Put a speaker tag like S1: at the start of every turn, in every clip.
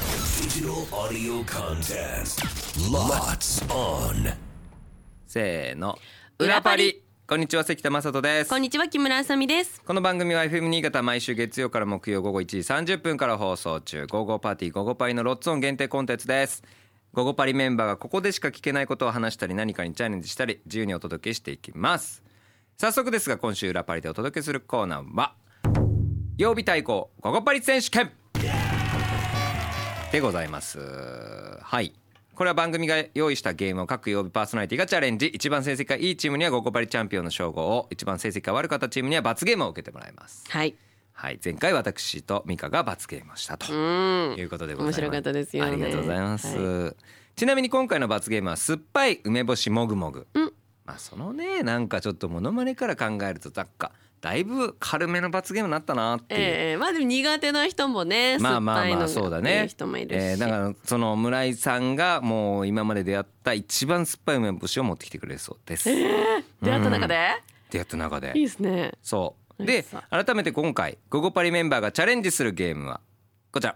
S1: Digital audio contest. Lots on.
S2: せーの
S3: 裏パリ
S2: こんにちは関田正人です
S3: こんにちは木村あさみです
S2: この番組は FM 新潟毎週月曜から木曜午後1時30分から放送中「午後パーティー午後パリ」のロッツオン限定コンテンツです午後パリメンバーがここでしか聞けないことを話したり何かにチャレンジしたり自由にお届けしていきます早速ですが今週裏パリでお届けするコーナーは曜日対抗午後パリ選手権でございますはいこれは番組が用意したゲームを各曜日パーソナリティがチャレンジ一番成績がいいチームにはゴコパリチャンピオンの称号を一番成績が悪かったチームには罰ゲームを受けてもらいます
S3: はい
S2: はい前回私と美香が罰ゲームをしたと
S3: うん
S2: いうことでございます
S3: 面白かったですよね
S2: ありがとうございます、ちなみに今回の罰ゲームは酸っぱい梅干しもぐもぐ、
S3: うん
S2: まあそのねなんかちょっとモノマネから考えるとなんかだいぶ軽めの罰ゲームになったなっていう、
S3: ええまあでも苦手な人もね
S2: まあ
S3: 酸っ
S2: ま
S3: ぱ
S2: あ
S3: いの
S2: ま
S3: が
S2: あそうだ
S3: ってい
S2: ね
S3: う。人もいるし、
S2: えーだからその村井さんがもう今まで出会った一番酸っぱい梅干しを持ってきてくれるそうです。
S3: 出会った中で、
S2: 出会った中で
S3: いい。ですね
S2: そう。
S3: 美味
S2: で
S3: しそう
S2: 改めて今回「ゴゴパリ」メンバーがチャレンジするゲームはこちら。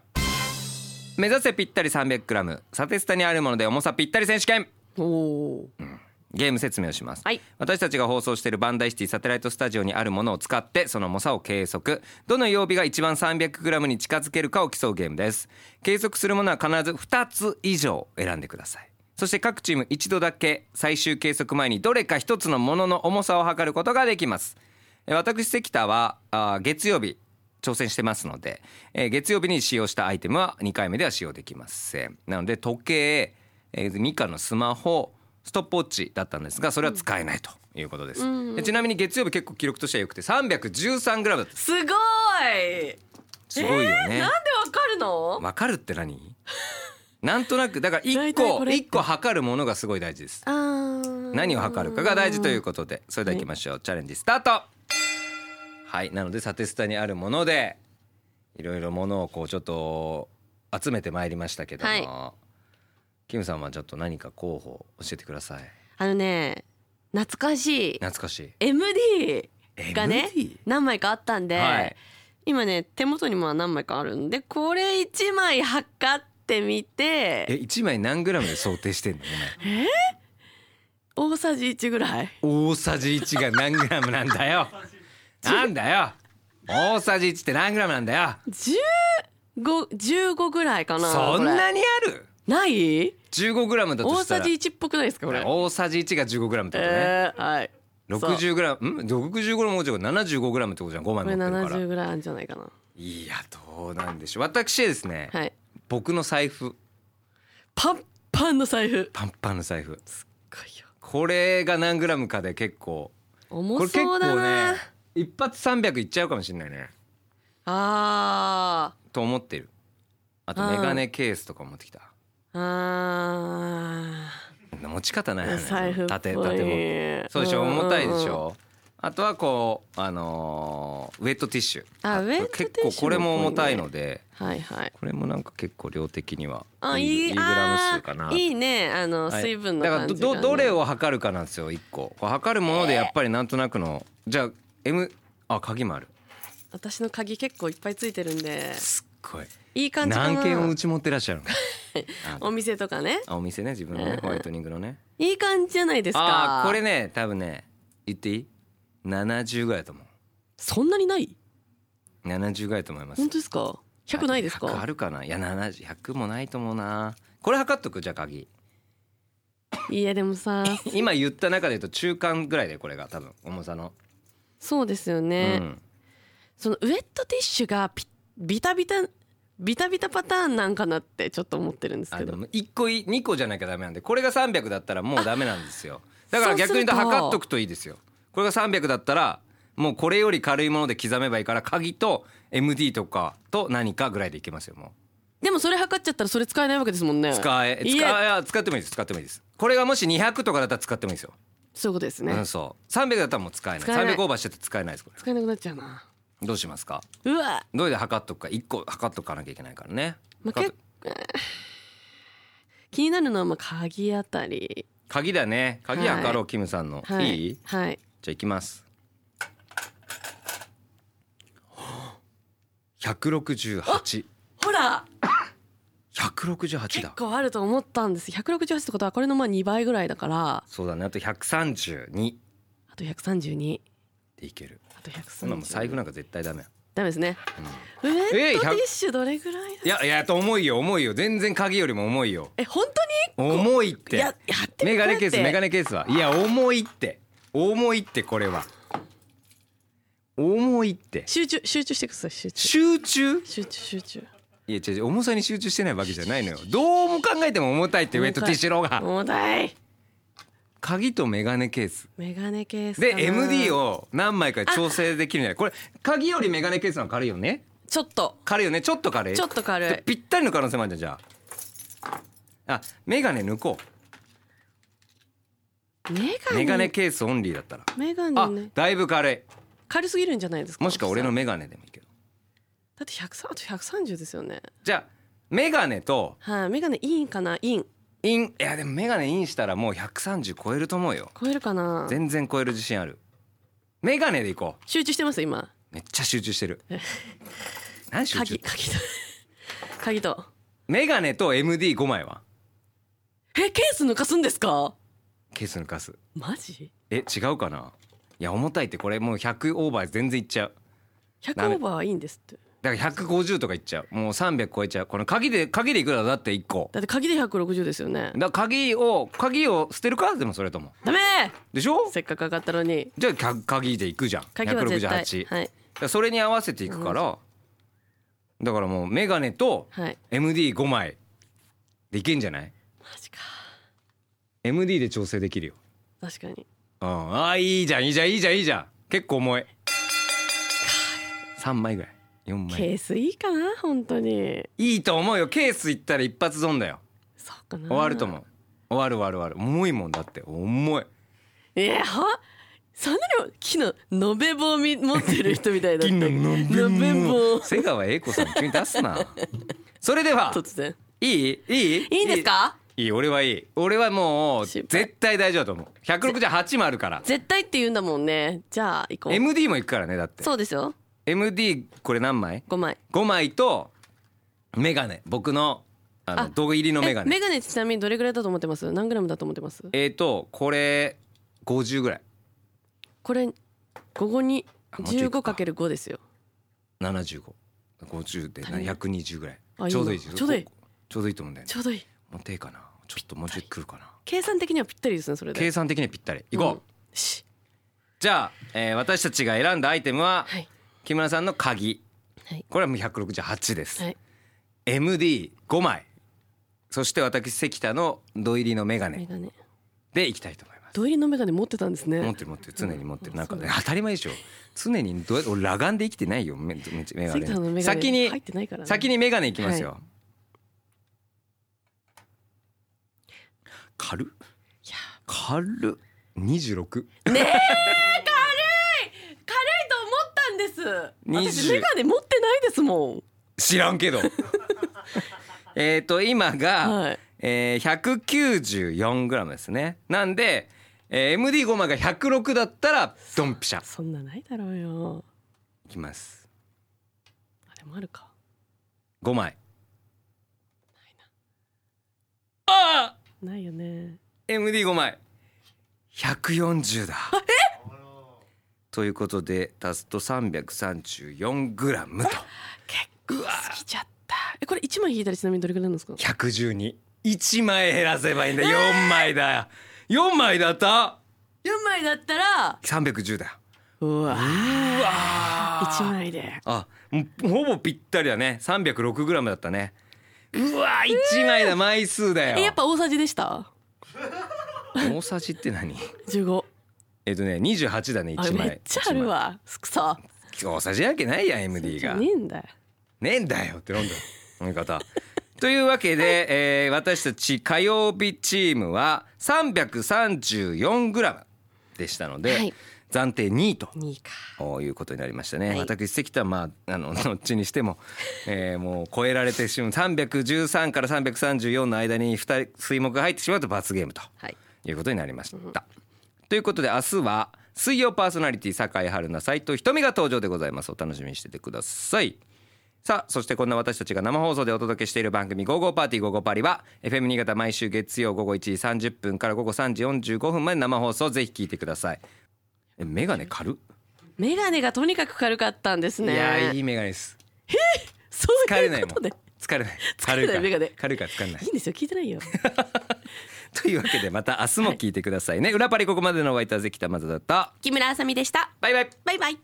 S2: 目指せぴったり 300g サテスタにあるもので重さぴったり選手権
S3: おおー
S2: ゲーム説明をします、
S3: はい
S2: 私たちが放送しているバンダイシティサテライトスタジオにあるものを使ってその重さを計測どの曜日が一番 300g に近づけるかを競うゲームです計測するものは必ず2つ以上選んでくださいそして各チーム一度だけ最終計測前にどれか一つのものの重さを測ることができますえ私関田はあー月曜日挑戦してますので、えー月曜日に使用したアイテムは2回目では使用できませんなので時計、えー、ミカのスマホストップウォッチだったんですがそれは使えないということです、でちなみに月曜日結構記録としては良くて 313g だった
S3: すごい
S2: すごいよ
S3: え
S2: ね
S3: ーなんでわかるの
S2: わかるって何なんとなくだから
S3: 大
S2: 1
S3: 体
S2: 個
S3: これって
S2: 一個測るものがすごい大事です
S3: あー
S2: 何を測るかが大事ということでそれではいきましょうチャレンジスタートはいなのでサテスタにあるものでいろいろものをこうちょっと集めてまいりましたけども、
S3: はい
S2: キムさんはちょっと何か候補教えてください
S3: あのね懐かしい
S2: 懐かしい
S3: MD がね
S2: MD
S3: 何枚かあったんで、
S2: はい
S3: 今ね手元にも何枚かあるんでこれ一枚測ってみ
S2: え
S3: て
S2: 一枚何グラムで想定してんの
S3: 大さじ1ぐらい
S2: お前大さじ1が何グラムなんだ よなんだよ大さじ1って何グラムなんだよ
S3: 15 15ぐらいかな
S2: そん
S3: こ
S2: なにある
S3: れない
S2: 15グラムだと
S3: 大
S2: した
S3: さ
S2: ら
S3: じ1っぽくないですかこれ
S2: 大さじ1が15グラムってことね、
S3: えー、はい
S2: 六十グラム、ん、六十グラム五十七十五グラムってことじゃん、五枚
S3: こ
S2: 持っ
S3: れ
S2: てるから。
S3: 70ぐらいあるんじゃないかない
S2: や、どうなんでしょう。私ですね、
S3: はい
S2: 僕の財布、
S3: パンパンの財布
S2: パンパンの財布。
S3: こいよ
S2: これが何グラムかで結構、こ
S3: 重
S2: れ結
S3: そう
S2: 構
S3: だな、
S2: ね、一発三百いっちゃうかもしれないね。
S3: あー
S2: と思ってる。あと
S3: うん
S2: メガネケースとか持ってきた。
S3: あ
S2: 持ち方ないよ
S3: ー
S2: ね。
S3: 財布っぽい
S2: 縦縦も。そうでしょ、
S3: んんん
S2: 重たいでしょ。あとはこうあのーウェットティッシュ。
S3: あウェットティッシュ
S2: 結構これも重たいので。
S3: はいはい
S2: これもなんか結構量的には
S3: あ
S2: いいいいグラム数かな
S3: あーいいねあの、
S2: はい
S3: 水分の
S2: だか
S3: 感
S2: ら
S3: じ
S2: ど
S3: が、ね、
S2: どどれを測るかなんですよ一個こう測るものでやっぱりなんとなくの、じゃあ M あ鍵もある
S3: 私の鍵結構いっぱいついてるんです
S2: っごい
S3: いい感じかな
S2: 何件をうち持ってらっし ゃるの
S3: お店とかね
S2: あお店ね自分のね
S3: うん
S2: ホワイトニングのね
S3: いい感じじゃないですか
S2: あーこれね多分ね言っていい70ぐらいだと思
S3: そんなにないう
S2: 70ぐらいだと思います
S3: 本当ですか100ないですか
S2: 100あるかないや70100もないと思うなこれ測っとくじゃあ鍵
S3: いやでも さ
S2: 今言った中で言うと中間ぐらいでこれが多分重さの、
S3: そうですよ
S2: う
S3: ね、
S2: ん、
S3: そのウェットティッシュがピビタビタビタビタパターンなんかなってちょっと思ってるんです
S2: あ
S3: け
S2: で
S3: ど
S2: も1個い2個じゃなきゃダメなんでこれが300だったらもうダメなんですよだから
S3: そうす
S2: 逆
S3: ると
S2: に言うと測っとくといいですよこれが300だったらもうこれより軽いもので刻めばいいから鍵と MD とかと何かぐらいでいけますよも
S3: でもそれ測っちゃったらそれ使えないわけですもんね
S2: う使え
S3: い
S2: 使
S3: や
S2: えあ使ってもいいです使ってもいいですこれがもし200とかだったら使ってもいいですよ、
S3: そういうことですね、
S2: うんそう300だったらもう使えない
S3: 使えない
S2: 300オーバーしてて使えないですこ
S3: 使えなくなっちゃうな
S2: れどうしますか
S3: うわ、
S2: どうで測っとくか1個測っとかなきゃいけないからね、
S3: まあ、
S2: 測っと
S3: 結構気になるのはまあ鍵あたり
S2: 鍵だね鍵測ろう、キムさんの、
S3: は
S2: い
S3: い
S2: い
S3: はい
S2: じゃあ行きます。百六十八、
S3: ほら
S2: 百168
S3: 結
S2: だ
S3: 構あると思ったんです168ってことはこれのまあ2倍ぐらいだから
S2: そうだねあと132っ
S3: あと132
S2: ていける
S3: あと
S2: そんなもう財布
S3: 132
S2: なんか絶対ダメや
S3: ダメですね、ウェット
S2: え
S3: テ
S2: ー
S3: ィ
S2: 100
S3: ッシュどれぐらいだ
S2: いやいやと重いよ重いよ全然鍵よりも重いよ
S3: え本当に
S2: 重いって
S3: いややってみ
S2: メガネケー
S3: こ
S2: ス
S3: うやって
S2: メガネケースはいや重いって重いってこれは重いって
S3: 集中集中してください集中
S2: 集中
S3: 集中集中
S2: いや違う違う重さに集中してないわけじゃないのよどうも考えても重たいってウェットティッシュの方が
S3: 重たい
S2: 鍵とメガネケース
S3: メガネケースかな
S2: で MD を何枚か調整できるんじゃないこれ鍵よりメガネケースの方が軽いよね
S3: ちょっと
S2: 軽いよねちょっと軽い
S3: ちょっと軽い
S2: でぴったりの可能性もあるじゃんじゃああメガネ抜こ
S3: メ
S2: う
S3: ガネ
S2: メガネケースオンリーだったら
S3: メガ
S2: あ
S3: ネね
S2: だいぶ軽い
S3: 軽すぎるんじゃないですか
S2: もしくは俺の
S3: だ
S2: メガネでもいいけど
S3: って130あと130ですよね
S2: じゃあメガネと
S3: はい、メガネインかなイン
S2: インいやでもメガネインしたらもう130超えると思うよ
S3: 超えるかな
S2: 全然超える自信あるメガネでいこ
S3: 集中してます今
S2: うめっちゃ集中して る何集中
S3: 鍵
S2: って
S3: 鍵と 鍵と
S2: メガネと MD5 枚は
S3: えケース抜かすんですか
S2: ケース抜かす
S3: マジ
S2: え違うかないや重たいってこれもう100オーバー全然いっちゃうダ
S3: 100
S2: メ
S3: オーバーはいいんですって
S2: だから150とかいっちゃうもう300超えちゃうこの鍵で鍵でいくらだって1個
S3: だって鍵で160ですよね
S2: だから鍵を鍵を捨てるかでもそれとも
S3: ダメ
S2: でしょ
S3: せっかく上がったのに
S2: じゃあか鍵でいくじゃん
S3: 鍵は絶対
S2: 168、
S3: はい
S2: だからそれに合わせていくから、だからもうメガネと
S3: はい
S2: MD5 枚でいけんじゃない
S3: マジか
S2: MD で調整できるよ、
S3: 確かに
S2: うん、あーいいじゃんいいじゃんいいじゃんいいじゃん結構重い3枚ぐらい4枚
S3: ケースいいかな本当に
S2: いいと思うよケースいったら一発損だよ
S3: そうかな
S2: 終わると思う終わる終わる終わる重いもんだって重い
S3: いやほそんなにも木の延べ棒み持ってる人みたい だって
S2: のべ
S3: 延べ棒
S2: 瀬川栄子さん急に出す なそれでは
S3: 突然
S2: いいいい
S3: いいんですか
S2: いい俺はいい俺はもう
S3: 心配
S2: 絶対大丈夫だと思う168もあるから
S3: 絶対って言うんだもんねじゃあ行こう
S2: MD もいくからねだって
S3: そうですよ
S2: MD これ何枚
S3: 5枚
S2: ?5 枚とメガネ僕のあの
S3: あ
S2: 胴入りのメ
S3: え
S2: ガ
S3: メ
S2: ネ
S3: ガネってちなみにどれぐらいだと思ってます何グラムだと思ってます
S2: えっ、とこれ50ぐらい
S3: これ午後に
S2: あもうちょい行くか
S3: 15×5 ですよ
S2: 7550で
S3: 足りない
S2: 120ぐら
S3: あ
S2: いちょうどいい
S3: いいなちょうどいい
S2: ここちょうどいいと思うんだよね
S3: ちょうどいい
S2: もっていいかなちょっともうちょい来るかな
S3: 計算的にはぴったりですねそれで
S2: 計算的にはぴったりいこう、
S3: うんし
S2: じゃあ、えー私たちが選んだアイテムは、
S3: はい
S2: 木村さんの鍵、
S3: はい
S2: これはもう168です、
S3: はい
S2: MD5 枚そして私関田の土入りのメガ
S3: メ
S2: ネ
S3: ガネ
S2: でいきたいと思います
S3: 土入りのメガネ持ってたんですね
S2: 持ってる持ってる常に持ってる
S3: うん
S2: なんかね
S3: そう
S2: 当たり前でしょ常にどうや俺裸眼で生きてないよめめメガ
S3: 関田のメガ
S2: ネ
S3: ネ
S2: 先に
S3: 入ってないからね
S2: 先にメガネいきますよ、軽っ
S3: いや
S2: 軽っ26
S3: 軽いと思ったんです私
S2: 20
S3: メガネ持ってないですもん
S2: 知らん けどえっと今が、
S3: はい
S2: えー、194グラムですねなんで、えー、MD5 枚が106だったらドンピシャ
S3: そんなないだろうよ
S2: いきます
S3: あれもあるか
S2: 5枚
S3: ないよね
S2: MD5 枚140だということで足すと334グラムと
S3: 結構過ぎちゃったえこれ一枚引いたらちなみにどれぐらいなんですか
S2: 1121枚減らせばいいんだ4枚だ4枚だった
S3: 四枚だったら
S2: 310だ
S3: うわ
S2: うわー
S3: 一枚で
S2: あもうほぼぴったりだね 306g だったねうわ1枚だ枚数だよ
S3: えやっぱ大さじでした
S2: 大さじって何
S3: 15
S2: えっとね28だね
S3: あれ
S2: 1枚
S3: めっちゃあるわくそ
S2: 一枚大さじなわけないやん MD が
S3: ねえんだよ
S2: ねえんだよってなんだよ飲み方 というわけで、えー私たち火曜日チームは 334g でしたので、
S3: はい
S2: 暫定2位と
S3: 2位か
S2: こういうことになりましたね、
S3: はい
S2: 私関田はまああの どっちにしても、えーもう超えられてしまう313から334の間に2人水木が入ってしまうと罰ゲームと
S3: はい
S2: いうことになりました。ということで明日は水曜パーソナリティ酒井春菜斎藤瞳が登場でございますお楽しみにしててください。さあそしてこんな私たちが生放送でお届けしている番組「ゴーゴーパーティーゴーゴーパーリは」FM 新潟毎週月曜午後1時30分から午後3時45分まで生放送ぜひ聞いてくださいえメガネ軽っ、
S3: メガネがとにかく軽かったんですね
S2: いやーいいメガネです
S3: そう
S2: 疲れ
S3: い
S2: ないうも
S3: こ
S2: ん
S3: とで
S2: 疲れない
S3: 疲れないメガネ
S2: 軽いから疲れない
S3: いいんですよ聞いてないよ
S2: というわけでまた明日も聞いてくださいね、裏パリここまでのお相手は関田まずだった
S3: 木村あさみでした
S2: バイバイ
S3: バイバイ